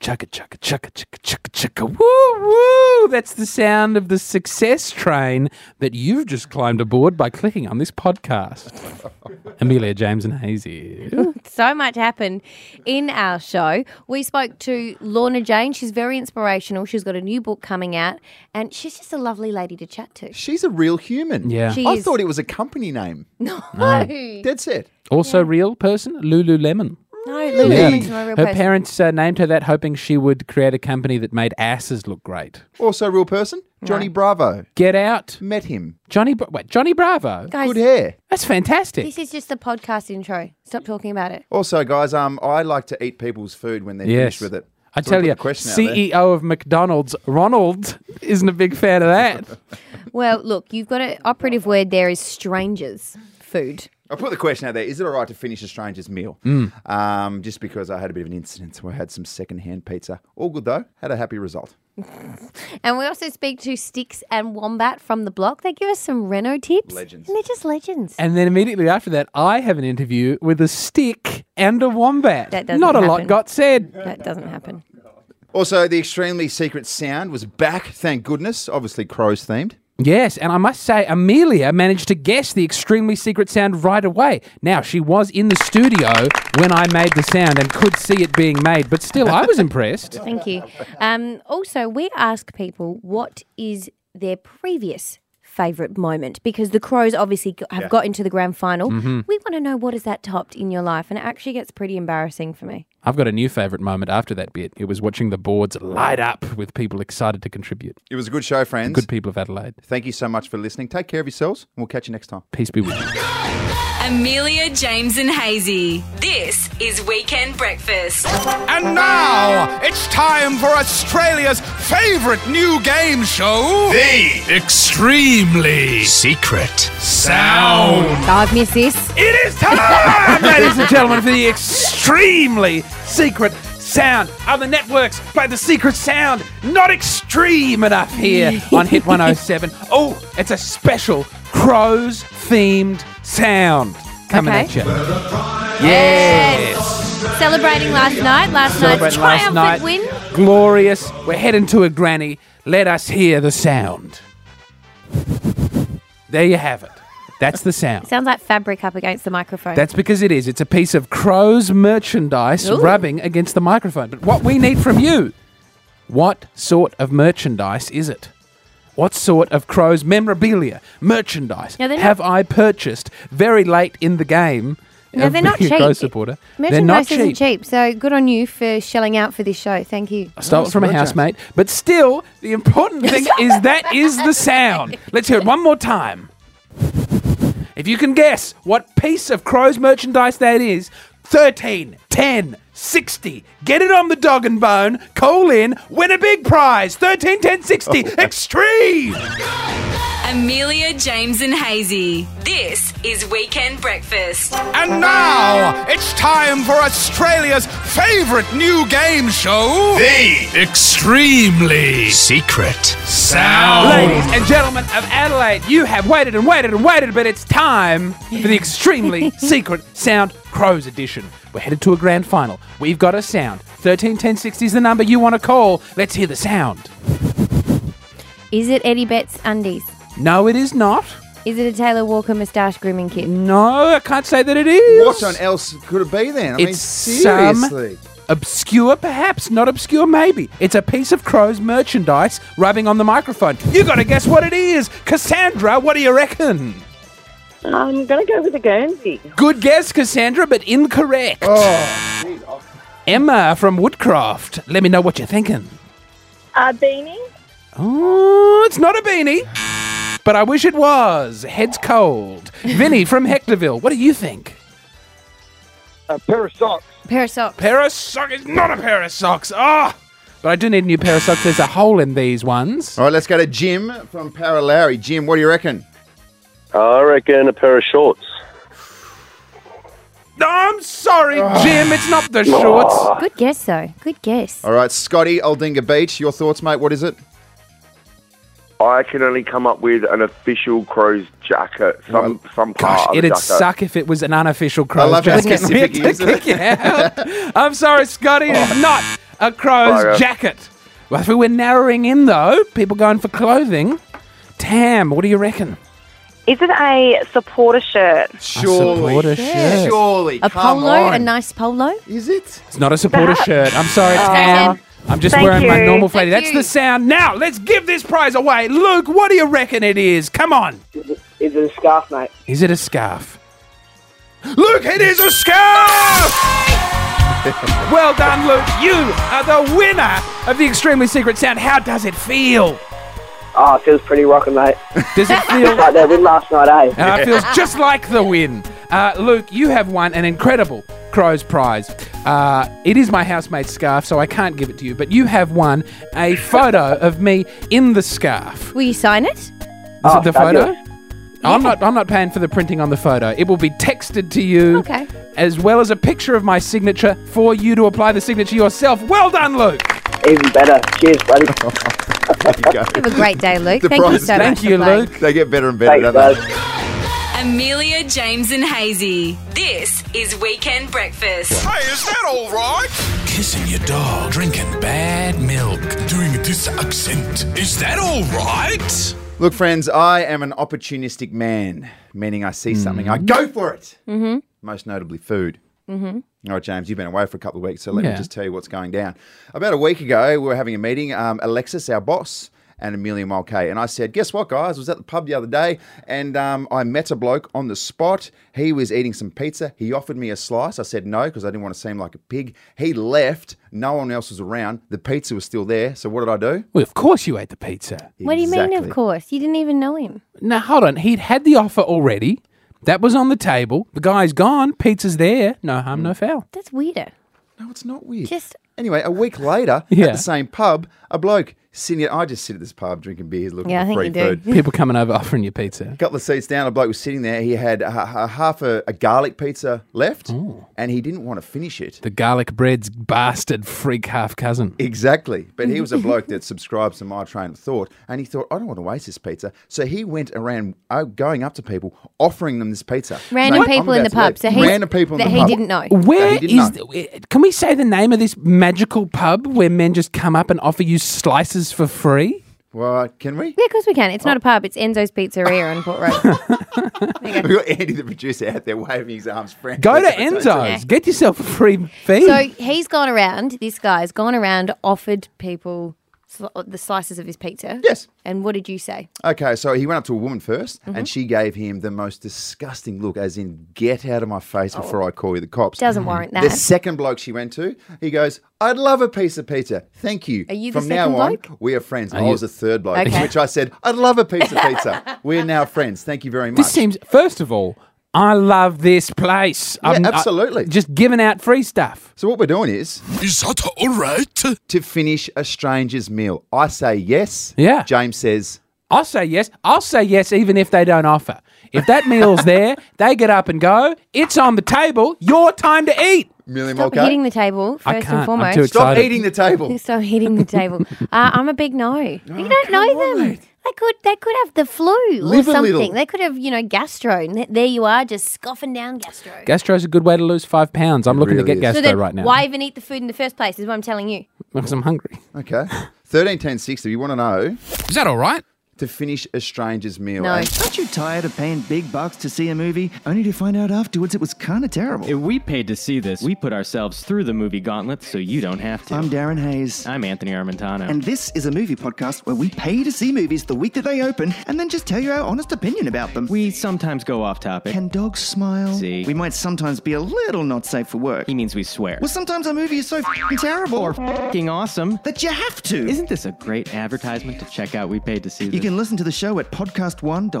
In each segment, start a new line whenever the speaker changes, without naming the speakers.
Chugga chugga chugga chugga chugga chugga. Woo woo! That's the sound of the success train that you've just climbed aboard by clicking on this podcast. Amelia James and Hazy.
so much happened in our show. We spoke to Lorna Jane. She's very inspirational. She's got a new book coming out, and she's just a lovely lady to chat to.
She's a real human.
Yeah.
She
I
is.
thought it was a company name.
No,
That's it.
Also real person, Lululemon.
no, Lulu
Yeah.
Lemon's not a real
Her
person.
parents uh, named her that hoping she would create a company that made asses look great.
Also a real person. Johnny Bravo.
Get out.
Met him.
Johnny Bra- wait, Johnny Bravo.
Guys,
Good hair.
That's fantastic.
this is just the podcast intro. Stop talking about it.
Also, guys, um, I like to eat people's food when they're
Yes.
finished with it.
I
So
tell E
put
you,
the question out there.
CEO of McDonald's, Ronald, isn't a big fan of that.
Well, look, you've got an operative word there is strangers food.
I put the question out there: Is it all right to finish a stranger's meal?
Hmm.
Um, just because I had a bit of an incident where I had some secondhand pizza. All good though. Had a happy result.
And we also speak to Sticks and Wombat from the block. They give us some Renault tips.
Legends.
And they're just legends.
And then immediately after that, I have an interview with a stick and a wombat.
That doesn't
Not a lot
happen.
got said.
that doesn't happen.
Also, the extremely secret sound was back. Thank goodness. Obviously, crows themed.
Yes, and I must say, Amelia managed to guess the extremely secret sound right away. Now, she was in the studio when I made the sound and could see it being made, but still, I was impressed.
Thank you. Um, also, we ask people what is their previous favourite moment because the Crows obviously g- have got into the grand final.
Mm-hmm.
We want to know what has that topped in your life, and it actually gets pretty embarrassing for me.
I've got a new favourite moment after that bit. It was watching the boards light up with people excited to contribute.
It was a good show, friends.
Good people of Adelaide.
Thank you so much for listening. Take care of yourselves, and we'll catch you next time.
Peace be with you.
Amelia, James, and Hazy. This is Weekend Breakfast.
And now it's time for Australia's favourite new game show The Extremely Secret Sound.
I've missed this.
It is time, ladies and gentlemen, for the extremely secret sound. Other networks play the secret sound, not extreme enough here on Hit 107. Oh, it's a special crows themed sound coming
Okay.
at you. Yes.
Celebrating last night, last night's
Celebrating last
triumphant
night.
win.
Glorious. We're heading to a granny. Let us hear the sound. There you have it. That's the sound.
Sounds like fabric up against the microphone.
That's because it is. It's a piece of Crow's merchandise
Ooh.
rubbing against the microphone. But what we need from you, what sort of merchandise is it? What sort of Crow's memorabilia, merchandise
Now, they're not-
have I purchased very late in the game?
no,
of
they're not
being
cheap.
a Crow supporter. They're not
Merchandise isn't cheap, so good on you for shelling out for this show. Thank you.
I stole it from a housemate. But still, the important thing is that is the sound. Let's hear it one more time. If you can guess what piece of Crow's merchandise that is, 13, 10, 60. Get it on the dog and bone, call in, win a big prize. 13, 10, 60. Extreme!
Amelia, James, and Hazy. This is Weekend Breakfast.
And now it's time for Australia's favourite new game show The Extremely Secret Sound.
Ladies and gentlemen of Adelaide, you have waited and waited and waited, but it's time for the extremely secret sound crows edition. We're headed to a grand final. We've got a sound. 131060 is the number you want to call. Let's hear the sound.
Is it Eddie Betts undies?
No, it is not.
Is it a Taylor Walker moustache grooming kit?
No, I can't say that it is.
What on else could it be then? I mean,
It's some-
seriously.
Obscure, perhaps. Not obscure, maybe. It's a piece of Crow's merchandise rubbing on the microphone. You gotta guess what it is. Cassandra, what do you reckon?
I'm going to go with a Guernsey.
Good guess, Cassandra, but incorrect.
Oh.
Emma from Woodcroft, let me know what you're thinking.
Uh, beanie?
Oh, it's not a beanie, but I wish it was. Head's cold. Vinny from Hectorville, what do you think?
A pair of socks.
Pair of socks.
Pair of socks is not a pair of socks. Ah, but I do need a new pair of socks. There's a hole in these ones.
All right, let's go to Jim from Paralari. Jim, what do you reckon?
I reckon a pair of shorts.
No, I'm sorry, Jim. It's not the shorts.
Good guess, though. Good guess.
All right, Scotty, Aldinga Beach. Your thoughts, mate? What is it?
I can only come up with an official crow's jacket. Some some
Gosh,
part. of the
it'd
jacket.
suck if it was an unofficial crow.
love how
jacket.
specific
We had to
he is.
kick it out. I'm sorry, Scotty. It's not a crow's
Bugger.
jacket. Well, if we were narrowing in though, people going for clothing. Tam, what do you reckon?
Is it a supporter shirt?
supporter
Yes.
shirt.
Surely.
A
come
polo,
on.
a nice polo.
Is it?
It's not a supporter shirt. I'm sorry, Tam. I'm just
Thank
wearing my
you.
normal flatty. That's
you.
the sound. Now, let's give this prize away. Luke, what do you reckon it is? Come on.
Is it a scarf, mate?
Is it a scarf? Luke, it is a scarf! well done, Luke. You are the winner of the Extremely Secret Sound. How does it feel?
Oh, it feels pretty rocking, mate.
Does it feel
Like that win last night, eh?
Uh, it feels just like the win. Uh, Luke, you have won an incredible Crow's Prize. Uh, it is my housemate's scarf, so I can't give it to you, but you have won a photo of me in the scarf.
Will you sign it?
Is
Oh,
it the photo?
fabulous.
I'm not. I'm not paying for the printing on the photo. It will be texted to you,
Okay.
as well as a picture of my signature for you to apply the signature yourself. Well done, Luke.
Even better. Cheers, buddy.
There you go.
Have a great day, Luke.
The
Thank you
prize-
so much.
Thank
for
you,
playing.
Luke.
They get better and better,
Thanks,
don't they?
guys.
Amelia, James, and Hazy. This is Weekend Breakfast.
Hey, is that all right? Kissing your dog, drinking bad milk, doing this accent. Is that all right?
Look, friends, I am an opportunistic man, meaning I see something, I go for it. Mm-hmm. Most notably, food. Mm-hmm. All right, James, you've been away for a couple of weeks, so let
Yeah.
me just tell you what's going down. About a week ago, we were having a meeting. Um, Alexis, our boss, and Amelia Mulcahy, and I said, "Guess what, guys? I was at the pub the other day, and um, I met a bloke on the spot. He was eating some pizza. He offered me a slice. I said no because I didn't want to seem like a pig. He left. No one else was around. The pizza was still there. So what did I do?
Well, of course you ate the pizza.
What do you mean, of
Exactly.
course? You didn't even know him.
Now hold on. He'd had the offer already. That was on the table. The guy's gone. Pizza's there. No harm, no foul.
That's weirder.
No, it's not weird.
Just-
anyway, a week later
Yeah.
at the same pub, a bloke sitting. At, I just sit at this pub drinking beers, looking
Yeah, I
for
think
free
you do.
food.
People coming over offering you pizza.
A couple of seats down, a bloke was sitting there. He had a, a half a, a garlic pizza left, and he didn't want to finish it.
The garlic bread's bastard freak half cousin.
Exactly. But he was a bloke that subscribes to my train of thought, and he thought, I don't want to waste this pizza. So he went around uh, going up to people, offering them this pizza.
Random
Saying, "I'm
people in the
about to
pub.
leave."
So he's,
random people in
that
the
he
pub.
didn't know.
Where
That he
is?
didn't
th- Can we say the name of this magical pub where men just come up and offer you slices for free?
What? Can we?
Yeah, of course we can. It's not a pub. It's Enzo's Pizzeria on Port Road.
We've got Andy, the producer, out there waving his arms.
Go
frantically.
to Enzo's. Get yourself a free feed.
so he's gone around. This guy's gone around, offered people sl- the slices of his pizza.
Yes.
And what did you say?
Okay, so he went up to a woman 1st
Mm-hmm.
and she gave him the most disgusting look, as in, get out of my face before I call you the cops.
Mm.
Doesn't warrant Oh. that.
The second bloke she went to, he goes, I'd love a piece of pizza. Thank you.
Are you the
From now
second
on,
bloke?
we are friends. I was the third bloke,
Okay.
which I said, I'd love a piece of pizza. We're now friends. Thank you very much.
this seems. First of all, I love this place.
Yeah, absolutely.
just giving out free stuff.
so, what we're doing is
Is that all right?
to finish a stranger's meal. I say yes.
Yeah.
James says,
I'll say yes. I'll say yes, even if they don't offer. If that meal's there, they get up and go. It's on the table. Your time to eat.
Millie
Stop
Mulcahy,
hitting the table,
I
first
can't. I'm
and foremost.
too
Stop
Excited.
eating the table.
Stop hitting the table. uh, I'm a big no. you don't know them. They could they could have the flu
Live a
or
little.
something. They could have you know gastro. And th- there you are, just scoffing down gastro.
Gastro's a good way to lose five pounds. I'm looking
really
to
is.
get gastro
so then,
right now
why even eat the food in the first place? Is what I'm telling you.
because I'm hungry.
Okay. 131060, you want to know
Is that all right?
to finish a stranger's meal.
No.
And
Aren't you tired of paying big bucks to see a movie only to find out afterwards it was kind of terrible?
If we paid to see this, we put ourselves through the movie gauntlet so you don't have to.
I'm Darren Hayes.
I'm Anthony Armentano.
and this is a movie podcast where we pay to see movies the week that they open and then just tell you our honest opinion about them.
we sometimes go off topic.
Can dogs smile?
See.
We might sometimes be a little not safe for work.
he means we swear.
Well, sometimes a movie is so fing terrible
or f***ing awesome.
that you have to.
Isn't this a great advertisement to check out We Paid to See This?
you can listen to the show at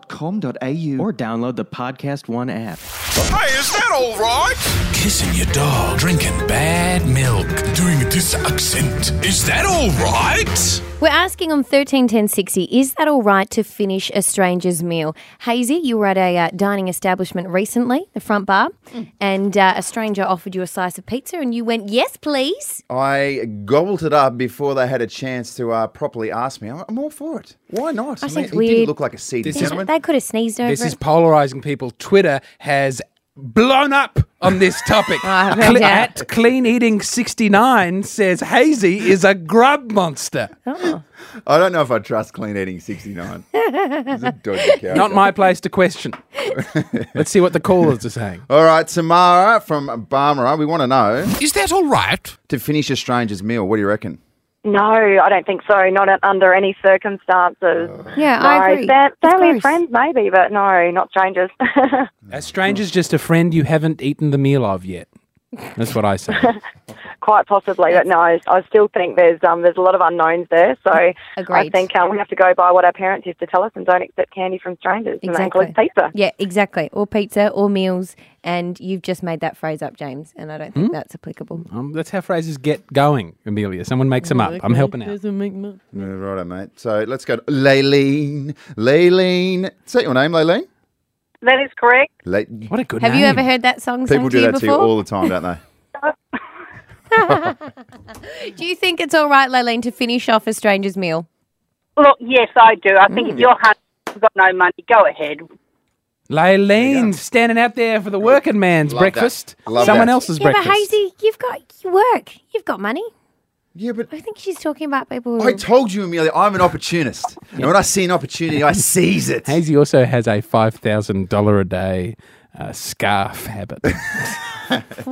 podcast1.com.au.
or download the Podcast One app.
Hey, is that all right? Kissing your dog, drinking bad milk, doing this accent. Is that all right?
We're asking on thirteen ten sixty. Is that all right to finish a stranger's meal? Hazy, you were at a uh, dining establishment recently, the front bar, and uh, a stranger offered you a slice of pizza, and you went, "Yes, please."
I gobbled it up before they had a chance to uh, properly ask me. I'm I'm all for it. Why not? I,
think
he didn't
weird.
look like a seedy
This is-
gentleman.
They could have sneezed over
This
it.
is polarizing people. Twitter has blown up on this topic.
no
Cle-
doubt.
at Clean Eating 69 says Hazy is a grub monster.
I don't know if I trust Clean Eating 69. Dodgy character.
Not my place to question. Let's see what the callers are saying.
All right, Samara from Barmera, we want to know.
Is that all right?
To finish a stranger's meal, what do you reckon?
No, I don't think so. Not un- under any circumstances.
Yeah,
no,
I agree.
That,
Of
family
course.
and friends, maybe, but no, not strangers.
A stranger's just a friend you haven't eaten the meal of yet. That's what I say.
Quite possibly, but no, I, I still think there's um, there's a lot of unknowns there. So I
Agreed.
think um, we have to go by what our parents used to tell us and don't accept candy from strangers.
Exactly.
And that includes pizza.
Yeah, exactly. Or pizza or meals. And you've just made that phrase up, James. And I don't
Hmm?
think that's applicable.
Um, that's how phrases get going, Amelia. Someone
Oh,
makes them up. I'm helping out.
Yeah, Righto, mate. So let's go to Laylene. Laylene. Is that your name, Laylene?
That is correct.
La-
what a good
Have you ever heard that song
People
sung
do
to you
that to you
before?
all the time, don't they?
do you think it's all right, Laylene, to finish off a stranger's meal?
Look, yes, I do. I think if you're hungry, you've got no money, go ahead.
Laylene standing out there for the working man's
Love that.
breakfast.
Love
Someone
that.
else's
Yeah, but
breakfast.
Hazy, you've got you work. You've got money.
Yeah, but
I think she's talking about people who
I told you, Amelia, I'm an opportunist. And when I see an opportunity, I seize it.
Hazy also has a five thousand dollar a day uh, scarf habit.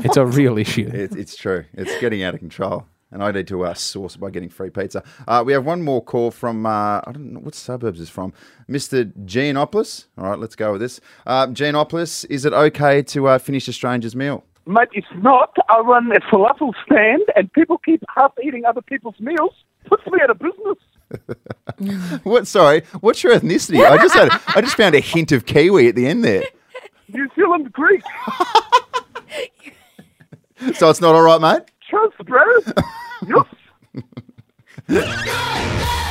it's a real issue.
It, it's true. It's getting out of control. And I need to uh, source by getting free pizza. Uh, we have one more call from, uh, I don't know, what suburbs is from? Mr. Giannopoulos. All right, let's go with this. Uh, Giannopoulos, is it okay to uh, finish a stranger's meal?
Mate, it's not. I run a falafel stand, and people keep half eating other people's meals. Puts me out of business.
What? Sorry, what's your ethnicity? I just had, I just found a hint of Kiwi at the end there.
New Zealand Greek.
So it's not all right, mate?
Trust, bro. Yes.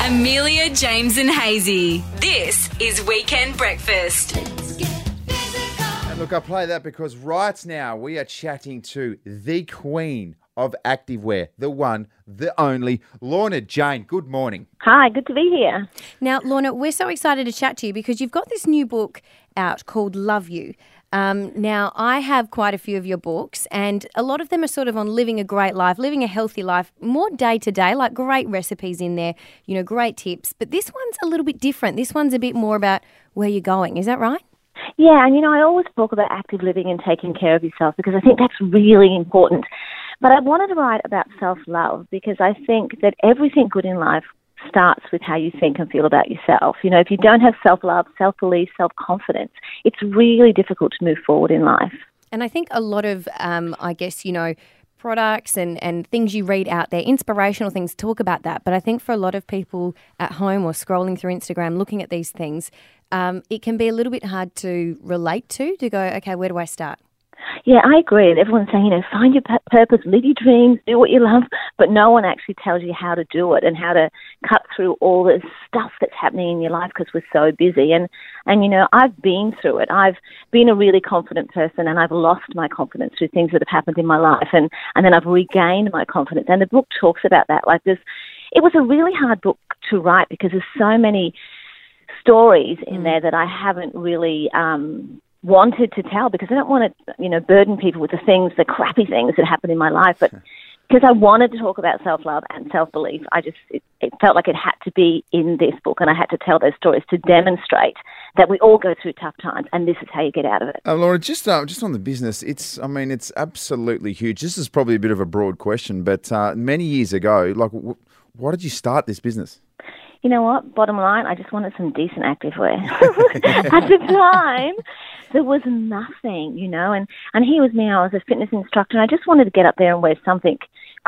Amelia, James, and Hazy. This is Weekend Breakfast.
And look, I play that because right now we are chatting to the queen of activewear, the one, the only, Lorna Jane. Good morning.
Hi, good to be here.
Now, Lorna, we're so excited to chat to you because you've got this new book out called Love You. Um, now, I have quite a few of your books, and a lot of them are sort of on living a great life, living a healthy life, more day to day, like great recipes in there, you know, great tips. But this one's a little bit different. This one's a bit more about where you're going. Is that right?
Yeah, and you know, I always talk about active living and taking care of yourself because I think that's really important. But I wanted to write about self love because I think that everything good in life starts with how you think and feel about yourself. You know, if you don't have self love, self belief, self confidence, it's really difficult to move forward in life.
And I think a lot of, um, I guess, you know, products and, and things you read out there, inspirational things talk about that. But I think for a lot of people at home or scrolling through Instagram looking at these things, um, it can be a little bit hard to relate to, to go, okay, where do I start?
Yeah, I agree. And everyone's saying, you know, find your pu- purpose, live your dreams, do what you love. But no one actually tells you how to do it and how to cut through all the stuff that's happening in your life because we're so busy. And, and, you know, I've been through it. I've been a really confident person and I've lost my confidence through things that have happened in my life. And, and then I've regained my confidence. And the book talks about that. Like this, it was a really hard book to write because there's so many stories in there that I haven't really um, wanted to tell because I don't want to, you know, burden people with the things, the crappy things that happened in my life, but because I wanted to talk about self love and self belief, I just it, it felt like it had to be in this book, and I had to tell those stories to demonstrate that we all go through tough times, and this is how you get out of it.
Uh, Laura, just uh, just on the business, it's I mean it's absolutely huge. This is probably a bit of a broad question, but uh, many years ago, like, w- why did you start this business?
You know what? Bottom line, I just wanted some decent activewear. At the time, there was nothing, you know, and, and here was me, I was a fitness instructor, and I just wanted to get up there and wear something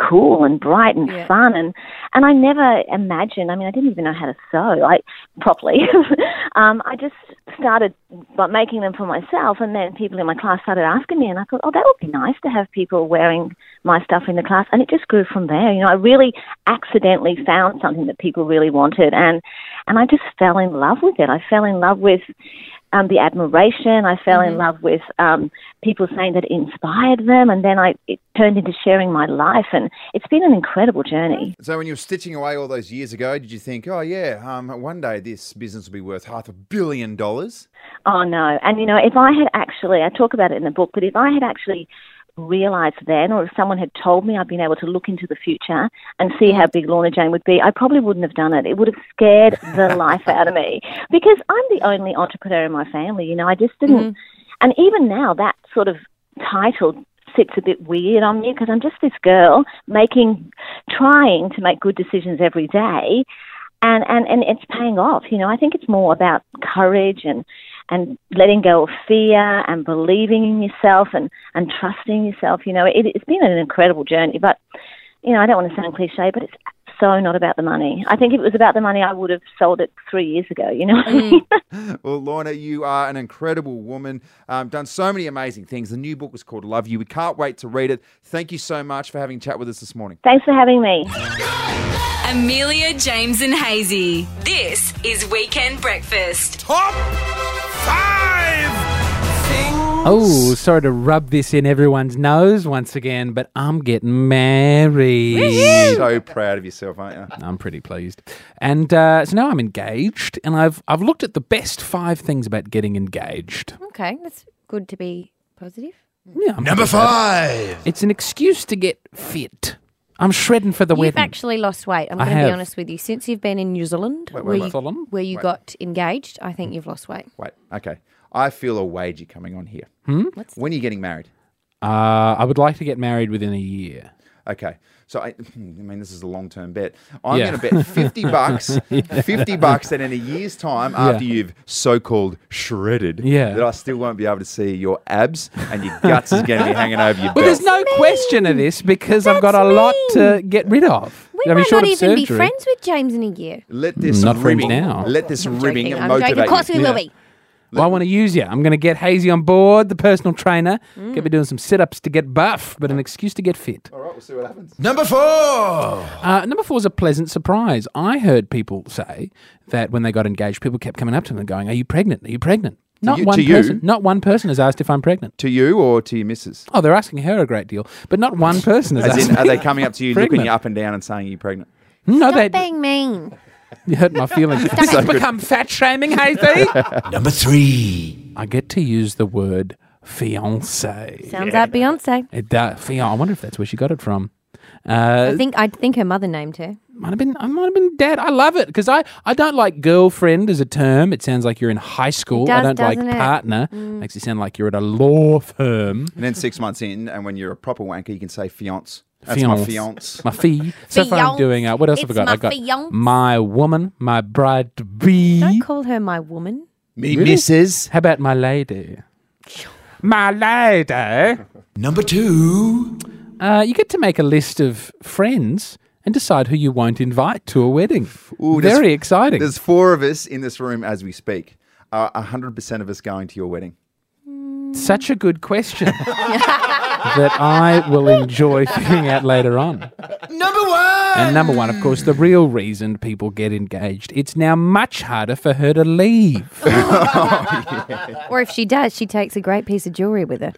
cool and bright and
Yeah.
fun and and I never imagined I mean I didn't even know how to sew I properly um, I just started by making them for myself and then people in my class started asking me and I thought oh that would be nice to have people wearing my stuff in the class and it just grew from there you know I really accidentally found something that people really wanted and and I just fell in love with it I fell in love with um, the admiration. I fell in love with um, people saying that it inspired them, and then I it turned into sharing my life. And it's been an incredible journey.
So when you were stitching away all those years ago, did you think, oh yeah, um, one day this business will be worth half a billion dollars?
Oh no! And you know, if I had actually, I talk about it in the book, but if I had actually realized then, or if someone had told me I'd been able to look into the future and see how big Lorna Jane would be, I probably wouldn't have done it. It would have scared the life out of me because I'm the only entrepreneur in my family. You know, I just didn't. And even now, that sort of title sits a bit weird on me because I'm just this girl making, trying to make good decisions every day. And, and, and it's paying off. You know, I think it's more about courage and, and letting go of fear and believing in yourself and, and trusting yourself. You know, it, it's been an incredible journey, but, you know, I don't want to sound cliche, but it's so not about the money. I think if it was about the money, I would have sold it three years ago, you know.
Well, Lorna, you are an incredible woman. Um, done so many amazing things. The new book is called Love You. We can't wait to read it. Thank you so much for having a chat with us this morning.
Thanks for having me.
Amelia, James, and Hazy. This is Weekend Breakfast. Top
Oh, sorry to rub this in everyone's nose once again, but I'm getting married.
So proud of yourself, aren't you?
I'm pretty pleased. And uh, so now I'm engaged, and I've I've looked at the best five things about getting engaged.
Okay, that's good to be positive.
Yeah, I'm
Number
good at that. It's an excuse to get fit. I'm shredding for the
You've
wedding.
actually lost weight. I'm
I
going to
have.
be honest with you. Since you've been in New Zealand,
Wait, wait,
where,
wait.
you,
Fulham?
where you
Wait.
got engaged, I think you've lost weight.
Wait, okay. I feel a wager coming on here.
Hmm?
When are you getting married?
Uh, I would like to get married within a year.
Okay. So I, I mean, this is a long-term bet. I'm
Yeah.
going to bet fifty bucks,
Yeah.
fifty bucks that in a year's time,
Yeah.
after you've so-called shredded,
Yeah.
that I still won't be able to see your abs and your guts is going to be hanging over your.
Well,
belt.
there's no question of this because I've got a lot to get rid of.
We
I mean,
might
short
not
of
even be
surgery.
friends with James in a year.
Let this
Not friends
ribbing,
now.
Let this ribbing
joking, I'm joking. Of
motivate.
course
you.
we will Yeah. be.
Well, I want to use you. I'm going to get Hazy on board, the personal trainer. Get me doing some sit ups to get buff, but an excuse to get fit.
Mm. All right, we'll see what happens.
Number four.
Oh,
Uh, number four is a pleasant surprise. I heard people say that when they got engaged, people kept coming up to them and going, Are you pregnant? Are you pregnant?
To
Not
you-
one
to you?
person. Not one person has asked if I'm pregnant.
To you or to your missus?
Oh, they're asking her a great deal, but not one person has
As
asked.
in, are
me
they
if
coming
I'm
up to you, looking
pregnant.
you up and down, and saying you're pregnant?
No, they
Stop being mean.
you hurt my feelings.
Stop
It's
it.
become fat shaming, Hazy.
Number three.
I get to use the word fiance.
Sounds like Beyonce.
It does. Fion- I wonder if that's where she got it from. Uh,
I think I think her mother named her.
might have been. I might have been dad. I love it because I, I don't like girlfriend as a term. It sounds like you're in high school. I
does,
don't like
doesn't it? Mm.
partner. Makes you sound like you're at a law firm.
And then six months in, and when you're a proper wanker, you can say fiance. That's my
Fiance.
fiance.
My fee. So far, I'm
Fiance.
doing. Uh, what else have I
It's
got?
my
I got
fiance.
my woman, my bride to be.
Don't call her my woman.
Me,
missus.
How about my lady? My lady.
Number two.
Uh, you get to make a list of friends and decide who you won't invite to a wedding.
Ooh, there's-
Very exciting.
There's four of us in this room as we speak. Uh, Are 100% of us going to your wedding?
Such a good question that I will enjoy figuring out later on.
Number one.
And number one, of course, the real reason people get engaged. It's now much harder for her to leave.
Or if she does, she takes a great piece of jewelry with her.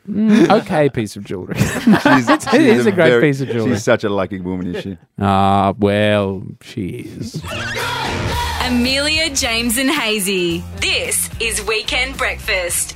okay, piece of jewelry. It is a great
very-
piece of jewelry.
She's such a lucky woman, is she?
Ah, well, she is.
Amelia, James, and Hazy. This is Weekend Breakfast.